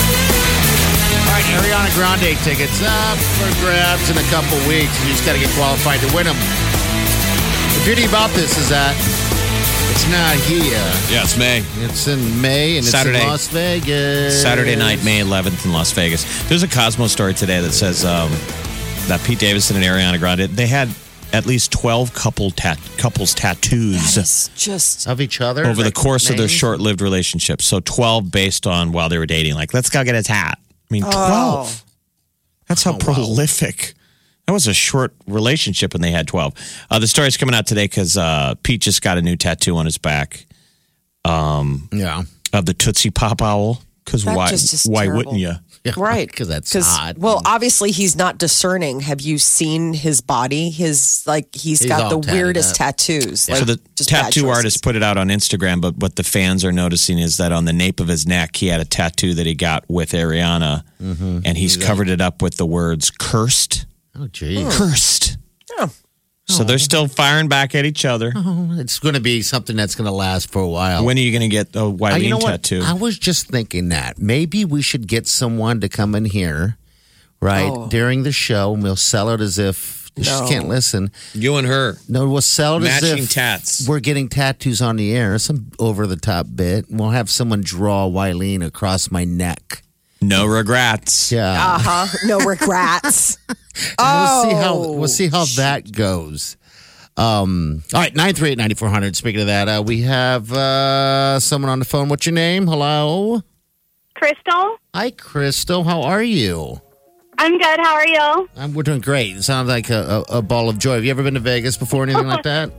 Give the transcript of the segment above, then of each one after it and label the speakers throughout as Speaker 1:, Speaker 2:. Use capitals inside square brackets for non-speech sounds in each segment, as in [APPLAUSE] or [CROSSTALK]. Speaker 1: All right, Ariana Grande tickets up for grabs in a couple weeks. You just got to get qualified to win them. The beauty about this is that it's not here.
Speaker 2: Yeah, it's May.
Speaker 1: It's in May and
Speaker 2: Saturday.
Speaker 1: it's in Las Vegas.
Speaker 2: Saturday night, May 11th in Las Vegas. There's a Cosmo story today that says um, that Pete Davidson and Ariana Grande they had at least 12 couple tat- couples tattoos
Speaker 3: It's just
Speaker 1: Of each other.
Speaker 2: over the
Speaker 1: like
Speaker 2: course of their
Speaker 1: names?
Speaker 2: short-lived relationship. So 12 based on while they were dating. Like, let's go get a tat. I
Speaker 3: Oh.
Speaker 2: mean, 12. That's how prolific. That was a short relationship when they had 12. Uh, the story's coming out today because uh, Pete just got a new tattoo on his back
Speaker 1: Yeah.
Speaker 2: of the Tootsie Pop Owl. Because
Speaker 3: That
Speaker 2: why,
Speaker 3: just is
Speaker 2: why
Speaker 3: terrible.
Speaker 2: wouldn't you?
Speaker 1: [LAUGHS]
Speaker 3: right
Speaker 1: Because that's
Speaker 3: 'Cause,
Speaker 1: hot.
Speaker 3: Well, obviously he's not discerning. Have you seen his body? His like he's
Speaker 1: He's
Speaker 3: got the
Speaker 1: all tatted
Speaker 3: weirdest
Speaker 1: up.
Speaker 3: tattoos.
Speaker 2: So
Speaker 3: Like,
Speaker 2: the
Speaker 3: just bad
Speaker 2: tattoo
Speaker 3: choices.
Speaker 2: artist put it out on Instagram, but what the fans are noticing is that on the nape of his neck, he had a tattoo that he got with Ariana,
Speaker 1: Mm-hmm.
Speaker 2: and he's covered it up with the words "cursed,
Speaker 1: Oh, geez.
Speaker 2: cursed." So they're still firing back at each other.
Speaker 1: [LAUGHS] Uh-huh. It's going to be something that's going to last for a while.
Speaker 2: When are you going to get a
Speaker 1: Uh,
Speaker 2: Wileen
Speaker 1: you know what?
Speaker 2: tattoo?
Speaker 1: I was just thinking that maybe we should get someone to come in here, right during the show, and we'll sell it as if she can't listen.
Speaker 2: You and her.
Speaker 1: No, we'll sell it
Speaker 2: Matching
Speaker 1: as if
Speaker 2: tats.
Speaker 1: we're getting tattoos on the air, some over the top bit. and We'll have someone draw Wileen across my neck.
Speaker 2: No regrets.
Speaker 1: Yeah,
Speaker 3: Uh-huh. No regrets.
Speaker 1: [LAUGHS] And we'll see how we'll see how that goes. Um, all right, nine three eight ninety four hundred. Speaking of that, uh, we have uh, someone on the phone. What's your name? Hello,
Speaker 4: Crystal,
Speaker 1: hi, Crystal. How are you?
Speaker 4: I'm good. How are you?
Speaker 1: Um, we're doing great. It sounds like a, a, a ball of joy. Have you ever been to Vegas before? Anything like
Speaker 2: [LAUGHS]
Speaker 1: that?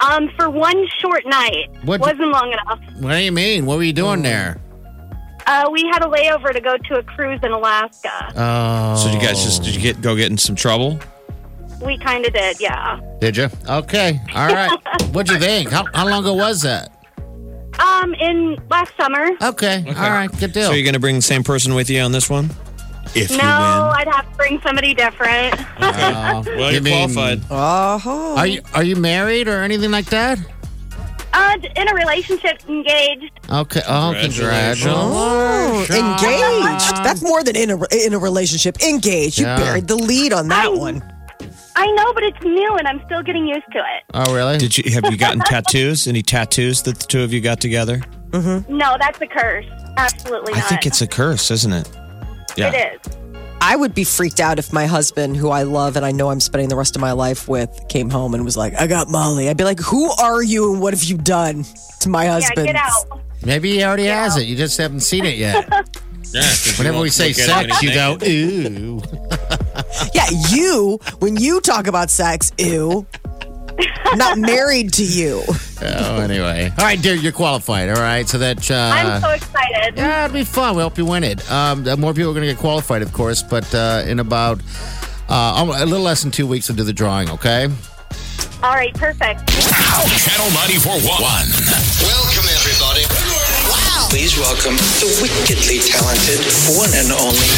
Speaker 4: Um, for one short night,
Speaker 1: What-
Speaker 4: wasn't long enough.
Speaker 1: What do you mean? What were you
Speaker 2: Oh.
Speaker 1: doing there?
Speaker 4: Uh, we had a layover to go to a cruise in Alaska.
Speaker 2: Uh.
Speaker 1: Oh,
Speaker 2: So you guys just did you get go get in some trouble?
Speaker 4: We kind of did, yeah.
Speaker 1: did you? Okay, all
Speaker 2: [LAUGHS]
Speaker 1: right. What'd you think? How, how long ago was that?
Speaker 4: Um, in last summer.
Speaker 2: Oh,
Speaker 1: Okay, all right, good deal.
Speaker 2: So you're going to bring the same person with you on this one? If
Speaker 4: No, I'd have to bring somebody different.
Speaker 2: you win, well,
Speaker 1: You
Speaker 2: you're
Speaker 1: mean-
Speaker 2: qualified.
Speaker 3: uh-huh.
Speaker 1: are you are you married or anything like that?
Speaker 4: uh, in a relationship, engaged.
Speaker 1: Okay. Oh,
Speaker 2: Congratulations. Oh,
Speaker 1: congratulations.
Speaker 3: Engaged. That's more than in a in a relationship. Engaged.
Speaker 1: Yeah.
Speaker 3: You buried the lead on that
Speaker 4: I'm-
Speaker 3: one.
Speaker 4: I know, but it's new, and I'm still getting used to it.
Speaker 1: Oh, really?
Speaker 2: Did you have you gotten tattoos? Any tattoos that the two of you got together?
Speaker 4: No, that's a curse. Absolutely
Speaker 2: I
Speaker 4: not.
Speaker 2: think it's a curse, isn't it? Yeah.
Speaker 4: It is.
Speaker 3: I would be freaked out if my husband, who I love and I know I'm spending the rest of my life with, came home and was like, "I got Molly." I'd be like, "Who are you and what have you done to my
Speaker 4: Yeah,
Speaker 3: husband?"
Speaker 4: get out.
Speaker 1: Maybe he already has it. You just haven't seen it yet.
Speaker 2: Yeah, 'cause [LAUGHS] you
Speaker 1: Whenever
Speaker 2: won't
Speaker 1: we say
Speaker 2: look at
Speaker 1: sex, you go,
Speaker 2: anything.
Speaker 1: ooh.
Speaker 3: Yeah, you, when you talk about sex, ew. I'm not married to you.
Speaker 1: Oh, anyway. All right, dear, you're qualified. All right, so that. Uh,
Speaker 4: I'm so excited.
Speaker 1: yeah, it'll be fun. We hope you win it. Um, more people are going to get qualified, of course, but uh, in about uh, a little less than two weeks, we'll do the drawing, okay?
Speaker 4: All right, perfect.
Speaker 5: Channel 94.1.
Speaker 6: Welcome, everybody. Wow. Please welcome the wickedly talented one and only.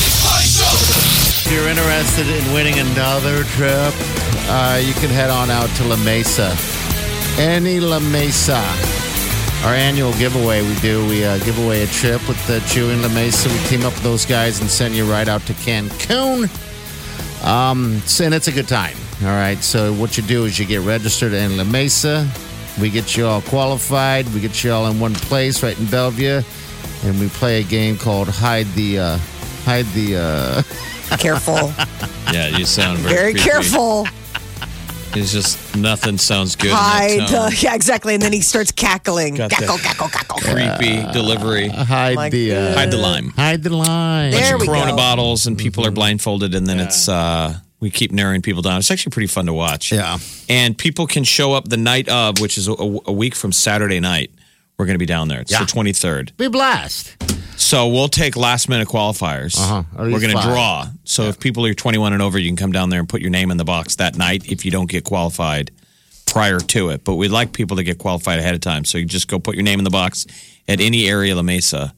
Speaker 1: If you're interested in winning another trip, uh, you can head on out to La Mesa. Any La Mesa. Our annual giveaway we do, we uh, give away a trip with the Chew in La Mesa. We team up with those guys and send you right out to Cancun. Um, so- and it's a good time. All right. So what you do is you get registered in La Mesa. We get you all qualified. We get you all in one place right in Bellevue. And we play a game called Hide the, uh, Hide the, uh,
Speaker 3: Careful.
Speaker 2: Yeah, you sound very,
Speaker 3: Very
Speaker 2: creepy.
Speaker 3: careful.
Speaker 2: It's just nothing sounds good. in that
Speaker 3: Hide.
Speaker 2: tone.
Speaker 3: the- yeah, exactly. And then he starts cackling.
Speaker 2: Got that.
Speaker 3: Cackle, cackle, cackle.
Speaker 2: creepy delivery.
Speaker 1: hide
Speaker 3: Like,
Speaker 1: the uh,
Speaker 2: Hide the lime.
Speaker 1: hide the line.
Speaker 3: There
Speaker 2: Bunch of
Speaker 3: we
Speaker 2: Corona
Speaker 1: Mm-hmm.
Speaker 3: go.
Speaker 2: bottles and people are blindfolded, and then it's uh, We keep narrowing people down. It's actually pretty fun to watch.
Speaker 1: Yeah.
Speaker 2: And people can show up the night of, which is a, a week from Saturday night. We're going to be down there. It's
Speaker 1: Yeah.
Speaker 2: the 23rd.
Speaker 1: Be blast.
Speaker 2: So we'll take last minute qualifiers.
Speaker 1: Uh-huh. At least
Speaker 2: We're going to
Speaker 1: five.
Speaker 2: draw. So if people are 21 and over, you can come down there and put your name in the box that night if you don't get qualified prior to it. But we'd like people to get qualified ahead of time. So you just go put your name in the box at any area of La Mesa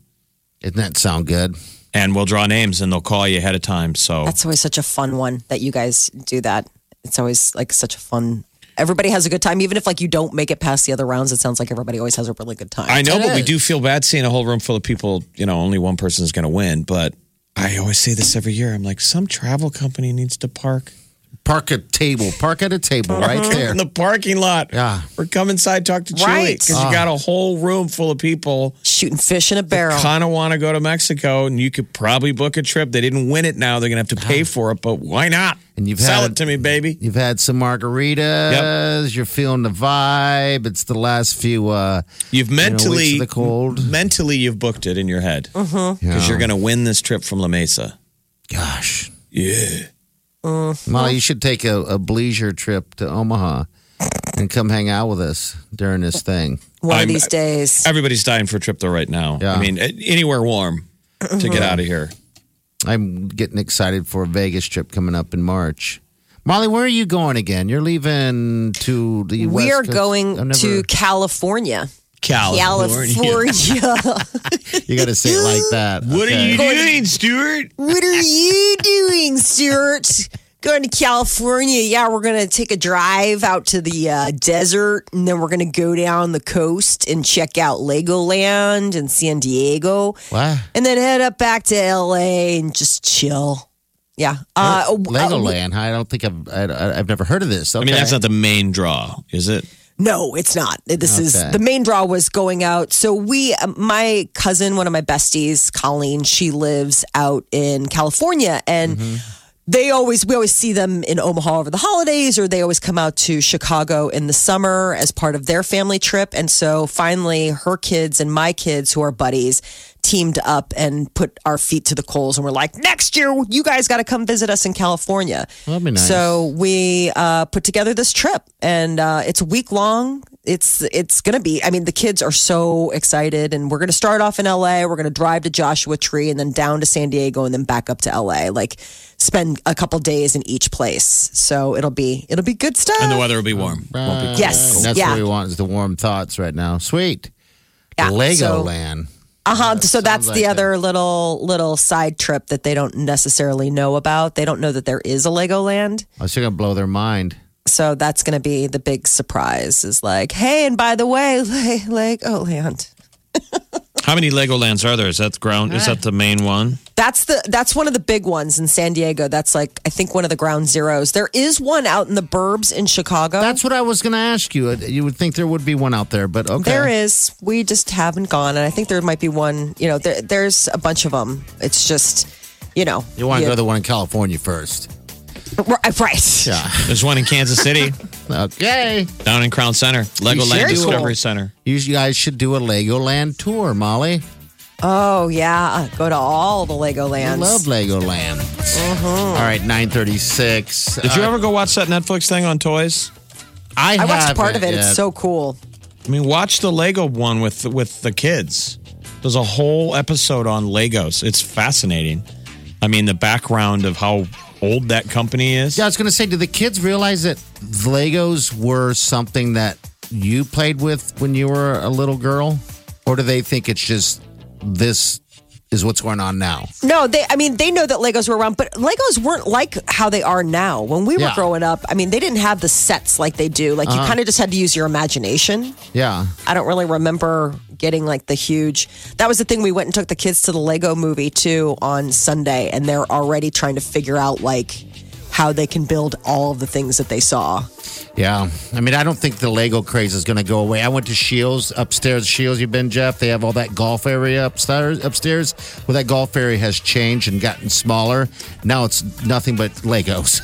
Speaker 1: Doesn't that sound good?
Speaker 2: and we'll draw names and they'll call you ahead of time. So
Speaker 3: That's always such a fun one that you guys do that. It's always like such a fun. Everybody has a good time, even if like you don't make it past the other rounds. It sounds like everybody always has a really good time.
Speaker 2: I know,
Speaker 1: It
Speaker 2: but we
Speaker 1: is.
Speaker 2: do feel bad seeing a whole room full of people. You know, only one person is going to win. But I always say this every year. I'm like, some travel company needs to park
Speaker 1: Park a table. Park at a table right there.
Speaker 2: in the parking lot.
Speaker 1: Yeah. Ah.
Speaker 2: or come inside, talk to Chili,
Speaker 3: Right.
Speaker 2: because you got a whole room full of people
Speaker 3: Shooting fish in a barrel.
Speaker 2: kind of want to go to Mexico, and you could probably book a trip. They didn't win it now; they're going to have to pay for it. But why not?
Speaker 1: And you've
Speaker 2: sell
Speaker 1: had-
Speaker 2: it to me, baby.
Speaker 1: You've had some margaritas. You're feeling the vibe. It's the last few. Uh,
Speaker 2: You've mentally
Speaker 1: weeks of the cold.
Speaker 2: Mentally, you've booked it in your head because
Speaker 3: Mm-hmm.
Speaker 1: yeah.
Speaker 2: you're going to win this trip from La Mesa.
Speaker 1: Gosh,
Speaker 2: Yeah.
Speaker 1: Molly, you should take a, a bleisure trip to Omaha and come hang out with us during this thing.
Speaker 3: one
Speaker 2: I'm-
Speaker 3: of these days.
Speaker 2: Everybody's dying for a trip though right now.
Speaker 1: Yeah.
Speaker 2: I mean, a- anywhere warm to
Speaker 3: Mm-hmm.
Speaker 2: get out of here.
Speaker 1: I'm getting excited for a Vegas trip coming up in March. Molly, where are you going again? You're leaving to the.
Speaker 3: we
Speaker 1: West
Speaker 3: are
Speaker 1: Coast?
Speaker 3: going
Speaker 1: I've never-
Speaker 3: to California.
Speaker 2: [LAUGHS]
Speaker 3: California.
Speaker 1: You got to say it like that. Okay.
Speaker 2: doing, Stuart?
Speaker 3: what are you doing, Stuart? Going to California. Yeah, we're going to take a drive out to the uh, desert and then we're going to go down the coast and check out Legoland and San Diego.
Speaker 1: Wow.
Speaker 3: And then head up back to LA and just chill. Yeah. Uh, oh, uh,
Speaker 1: Legoland. I don't think I've I, I- I've never heard of this.
Speaker 2: I mean,
Speaker 1: Okay.
Speaker 2: that's not the main draw, is it?
Speaker 3: No, it's not. This
Speaker 1: Okay.
Speaker 3: is the main draw was going out. So we, my cousin, one of my besties, Colleen, she lives out in California, and
Speaker 1: Mm-hmm.
Speaker 3: they always we always see them in Omaha over the holidays, or they always come out to Chicago in the summer as part of their family trip. And so finally, her kids and my kids, who are buddies, teamed up and put our feet to the coals, and we're like, next year you guys got to come visit us in California.
Speaker 1: That'd be nice.
Speaker 3: So we uh, put together this trip, and uh, it's a week long. It's it's gonna be. I mean, the kids are so excited, and we're gonna start off in L.A. We're gonna drive to Joshua Tree, and then down to San Diego, and then back up to L.A. Like spend a couple days in each place. So it'll be it'll be good stuff.
Speaker 2: And the weather will be warm. Won't be cold.
Speaker 3: yes,
Speaker 1: And that's
Speaker 3: yeah,
Speaker 1: what we want is the warm thoughts right now. Sweet.
Speaker 3: yeah. So-
Speaker 1: Legoland.
Speaker 3: Uh-huh. so that's
Speaker 1: sounds
Speaker 3: the
Speaker 1: like
Speaker 3: other little little side trip that they don't necessarily know about. They don't know that there is a Legoland.
Speaker 1: I was going to blow their mind.
Speaker 3: So that's going to be the big surprise is like, hey, and by the way, [LAUGHS] like, like oh, land.
Speaker 2: How many Legolands are there? Is that the ground? Is that the main one?
Speaker 3: That's the that's one of the big ones in San Diego. That's like I think one of the ground zeros. There is one out in the burbs in Chicago.
Speaker 1: That's what I was going to ask you. Uh, You would think there would be one out there, but okay.
Speaker 3: there is. We just haven't gone, and I think there might be one. You know, there, there's a bunch of them. It's just, you know,
Speaker 1: You want to go to the one in California first.
Speaker 3: right. right.
Speaker 2: There's one in Kansas City,
Speaker 1: Okay.
Speaker 2: down in Crown Center, Legoland
Speaker 1: Very cool.
Speaker 2: Discovery Center.
Speaker 1: You guys should do a Legoland tour, Molly.
Speaker 3: Oh yeah, go to all the
Speaker 1: I
Speaker 3: Legolands.
Speaker 1: love Legoland.
Speaker 3: Mm-hmm.
Speaker 1: All right, 936.
Speaker 2: Did you ever go watch that Netflix thing on toys?
Speaker 1: I,
Speaker 3: I watched part of
Speaker 1: haven't
Speaker 3: it. It's
Speaker 1: yet.
Speaker 3: so cool.
Speaker 2: I mean, watch the Lego one with with the kids. There's a whole episode on Legos. It's fascinating. I mean, the background of how old that company is.
Speaker 1: Yeah, I was going to say, do the kids realize that Legos were something that you played with when you were a little girl? Or do they think it's just this is what's going on now?
Speaker 3: No, they. I mean, they know that Legos were around, but Legos weren't like how they are now. When we
Speaker 1: Yeah. Uh-huh.
Speaker 3: were growing up, I mean, they didn't have the sets like they do. Like you kind of just had to use your imagination.
Speaker 1: Yeah.
Speaker 3: I don't really remember getting like the huge. That was the thing we went and took the kids to the Lego movie too on Sunday, and they're already trying to figure out like how they can build all of the things that they saw.
Speaker 1: Yeah. I mean, I don't think the Lego craze is going to go away. I went to Shields upstairs. Shields, you've been, Jeff. They have all that golf area upstairs. Upstairs. Well, that golf area has changed and gotten smaller. Now it's nothing but Legos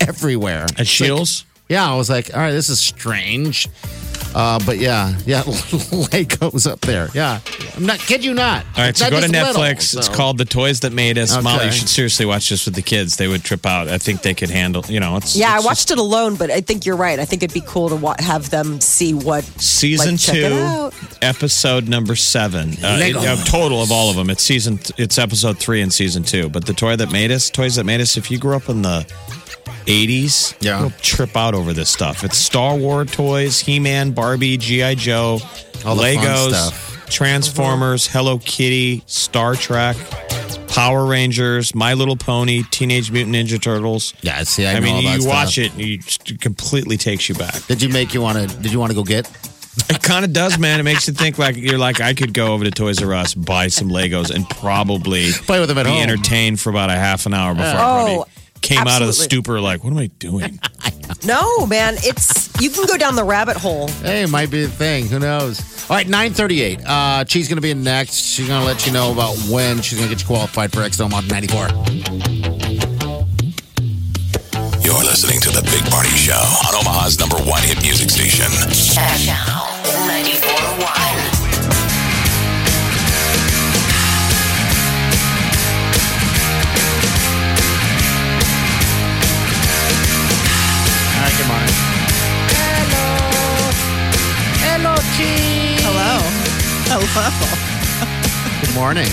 Speaker 1: [LAUGHS] everywhere.
Speaker 2: At Shields?
Speaker 1: Yeah, I was like, all right, [LAUGHS] this is strange. Uh, but yeah, yeah, Legos up there. Yeah. I'm not kid you not.
Speaker 2: All right, so go to Netflix. It's
Speaker 1: called.
Speaker 2: called The Toys That Made Us.
Speaker 1: Okay.
Speaker 2: Molly, you should seriously watch this with the kids. They would trip out. I think they could handle. You know, it's
Speaker 3: Yeah, I
Speaker 2: it's
Speaker 3: watched it alone, but I think you're right. I think it'd be cool to wa- have them see what
Speaker 2: just season
Speaker 3: like, check it
Speaker 2: two,
Speaker 3: out.
Speaker 2: episode number seven. Uh, it-
Speaker 1: Lego.
Speaker 2: a total of all of them. It's season. It's episode three and season two. But the toy that made us, toys that made us. If you grew up in the '80s,
Speaker 1: Yeah.
Speaker 2: you'll trip out over this stuff. It's Star Wars toys, He-Man, Barbie, GI Joe,
Speaker 1: All the fun
Speaker 2: Legos,
Speaker 1: stuff.
Speaker 2: Transformers, Hello Kitty, Star Trek. Power Rangers, My Little Pony, Teenage Mutant Ninja Turtles.
Speaker 1: Yeah, see, I,
Speaker 2: I,
Speaker 1: know
Speaker 2: mean,
Speaker 1: all that
Speaker 2: you
Speaker 1: stuff.
Speaker 2: watch it, and you it completely takes you back.
Speaker 1: Did you make you want to? Did you want to go get?
Speaker 2: It kind of does, man. It makes you think like you're like I could go over to Toys R Us, buy some Legos, and probably
Speaker 1: Play with them at
Speaker 2: be
Speaker 1: home.
Speaker 2: entertained for about a half an hour before I
Speaker 3: Oh,
Speaker 2: probably came out of the
Speaker 3: absolutely.
Speaker 2: stupor. Like, what am I doing?
Speaker 3: No, man, it's you can go down the rabbit hole.
Speaker 1: Hey, it might be the thing. Who knows? All right, nine thirty-eight. Uh, she's gonna be in next. She's gonna let you know about when she's gonna get you qualified for XL Mod ninety-four.
Speaker 5: You're listening to The Big Party Show on Omaha's number one hit music station.
Speaker 7: Channel 94.1.
Speaker 1: All right, good morning. Hello, hello, Chi.
Speaker 3: Hello. Hello.
Speaker 1: Good morning.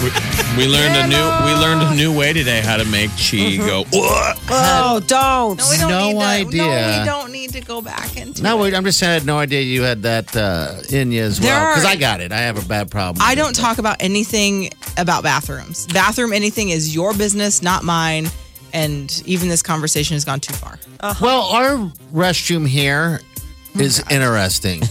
Speaker 2: we, [LAUGHS] we learned a new we learned a new way today how to make chi
Speaker 3: Mm-hmm.
Speaker 2: go. "Ugh."
Speaker 3: Oh, don't.
Speaker 8: No, we don't
Speaker 1: No
Speaker 8: need that. No,
Speaker 1: idea.
Speaker 8: we don't need to go back into
Speaker 1: No,
Speaker 8: it.
Speaker 1: wait, I'm just saying I had no idea you had that uh, in you as well
Speaker 8: There
Speaker 1: because
Speaker 8: are-
Speaker 1: I got it. I have a bad problem.
Speaker 8: I don't talk about anything about bathrooms. Bathroom anything is your business, not mine. And even this conversation has gone too far.
Speaker 1: Well, our restroom here
Speaker 8: Oh
Speaker 1: is interesting.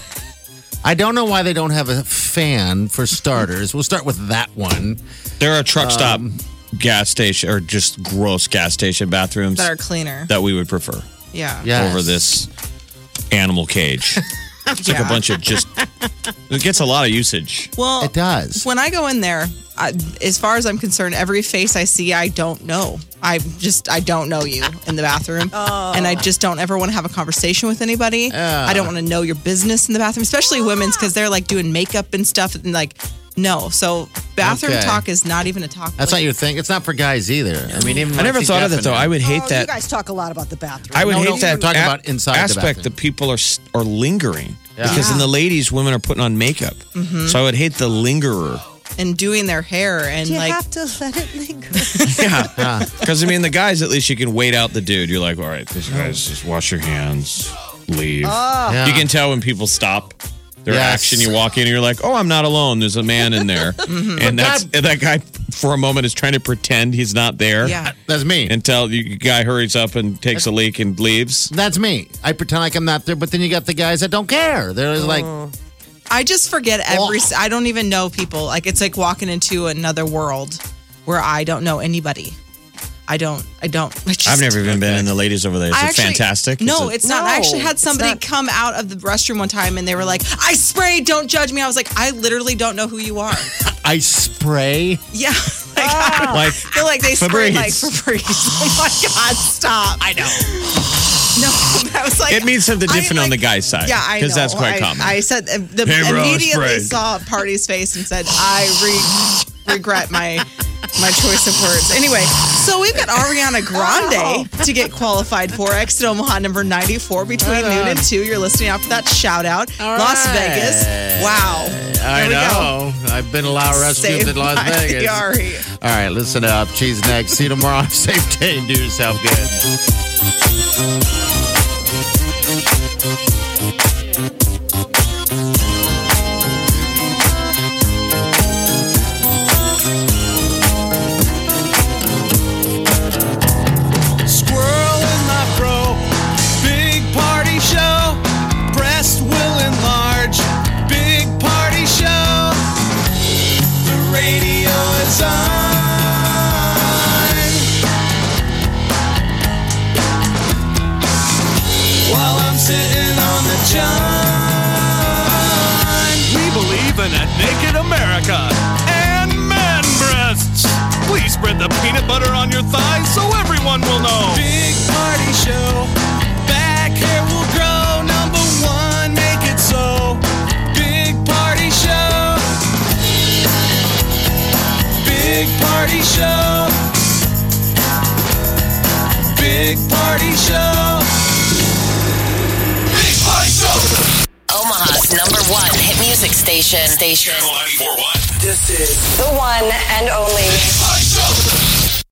Speaker 1: I don't know why they don't have a fan for starters. We'll start with that one.
Speaker 2: There are truck stop, gas station, or just gross gas station bathrooms
Speaker 8: That are cleaner.
Speaker 2: that we would prefer
Speaker 8: Yeah.
Speaker 1: Yes.
Speaker 2: over this animal
Speaker 3: [LAUGHS]
Speaker 2: cage. It's like a
Speaker 8: Yeah.
Speaker 2: bunch of just. It gets a lot of usage.
Speaker 8: Well,
Speaker 1: It does.
Speaker 8: When I go in there, I, as far as I'm concerned, every face I see, I don't know. I just, I don't know you in the bathroom. And I just don't ever want to have a conversation with anybody. I don't want to know your business in the bathroom, especially
Speaker 1: Ah.
Speaker 8: women's, because they're like doing makeup and stuff. And like, no. So bathroom
Speaker 1: Okay.
Speaker 8: talk is not even a talk.
Speaker 1: That's not your thing. It's not for guys either. I mean, even
Speaker 2: I never thought of that though. I would hate
Speaker 3: Oh,
Speaker 2: that.
Speaker 3: You guys talk a lot about the bathroom.
Speaker 2: I would
Speaker 1: No,
Speaker 2: hate
Speaker 1: no,
Speaker 2: that
Speaker 1: we're talking
Speaker 2: a-
Speaker 1: about inside the
Speaker 2: aspect
Speaker 1: bathroom.
Speaker 2: that people are s- are lingering
Speaker 1: Yeah. Mm-hmm.
Speaker 2: because in the ladies, women are putting on makeup. So I would hate
Speaker 1: [LAUGHS]
Speaker 2: the lingerer.
Speaker 8: and doing their hair and
Speaker 3: you
Speaker 8: like
Speaker 3: have to let it linger.
Speaker 2: [LAUGHS] Yeah, because I mean, the guys at least you can wait out the dude. You're like, all right, this guy's just wash your hands, leave. You can tell when people stop. Their
Speaker 1: Oh. Yes.
Speaker 2: action. You walk in, and you're like, "Oh, I'm not alone. There's a man in
Speaker 1: [LAUGHS]
Speaker 2: there,"
Speaker 1: Mm-hmm.
Speaker 2: and that's and that guy for a moment is trying to pretend he's not there.
Speaker 8: Yeah.
Speaker 1: That's me.
Speaker 2: Until the guy hurries up and takes a leak and leaves.
Speaker 1: That's me. I pretend like I'm not there, but then you got the guys that don't care. They're
Speaker 8: Oh.
Speaker 1: like,
Speaker 8: I just forget every.
Speaker 1: Ugh.
Speaker 8: I don't even know people. Like it's like walking into another world where I don't know anybody. I don't. I don't. I just,
Speaker 2: I've never even been in the ladies over there. Is
Speaker 8: I
Speaker 2: it
Speaker 8: actually-
Speaker 2: fantastic? Is
Speaker 8: No,
Speaker 2: it-
Speaker 8: it's not. I actually
Speaker 3: No,
Speaker 8: had
Speaker 3: it's
Speaker 8: somebody
Speaker 3: not.
Speaker 8: come out of the restroom one time and they were like, "I sprayed. Don't judge me." I was like, "I literally don't know who you are." [LAUGHS]
Speaker 1: I spray.
Speaker 8: yeah. [LAUGHS] Like, I
Speaker 2: like
Speaker 8: feel like they sprayed like
Speaker 2: Febreze.
Speaker 8: Febreze. [LAUGHS] Oh my god! Stop. I know. [LAUGHS] No, that was like
Speaker 2: it means something
Speaker 8: I,
Speaker 2: different on the
Speaker 8: like,
Speaker 2: guy's side.
Speaker 8: Yeah, I know.
Speaker 2: because that's quite
Speaker 8: I,
Speaker 2: common.
Speaker 8: I said uh, the,
Speaker 2: Hey, bro,
Speaker 8: immediately
Speaker 2: Sprague.
Speaker 8: saw Party's face and said, "I re- regret my my choice of words." Anyway, so we've got Ariana Grande
Speaker 1: Oh.
Speaker 8: to get qualified for Exit Omaha number ninety four between
Speaker 1: Right on.
Speaker 8: noon and two. You're listening out for that shout out,
Speaker 1: All
Speaker 8: Las
Speaker 1: right.
Speaker 8: Vegas. Wow,
Speaker 1: I
Speaker 8: There we go.
Speaker 1: know. I've been in a lot of restaurants
Speaker 8: Saved
Speaker 1: in Las
Speaker 8: by the
Speaker 1: Vegas.
Speaker 8: Ari.
Speaker 1: All right, listen up. She's next. See you tomorrow. Have a [LAUGHS] safe day and do yourself good.
Speaker 9: Squirrel in my fro. Big party show. Breast will enlarge. Big party show. The radio is on. While I'm sitting on the john. We believe in a naked America and man breasts. Please spread the peanut butter on your thighs so everyone will know. Big party show. Back hair will grow. Number one, make it so. Big party show.
Speaker 3: Big Party Show. Big Party Show. Omaha's number one hit music station. Station.
Speaker 5: Channel 941.
Speaker 3: This is the one and only. Big Party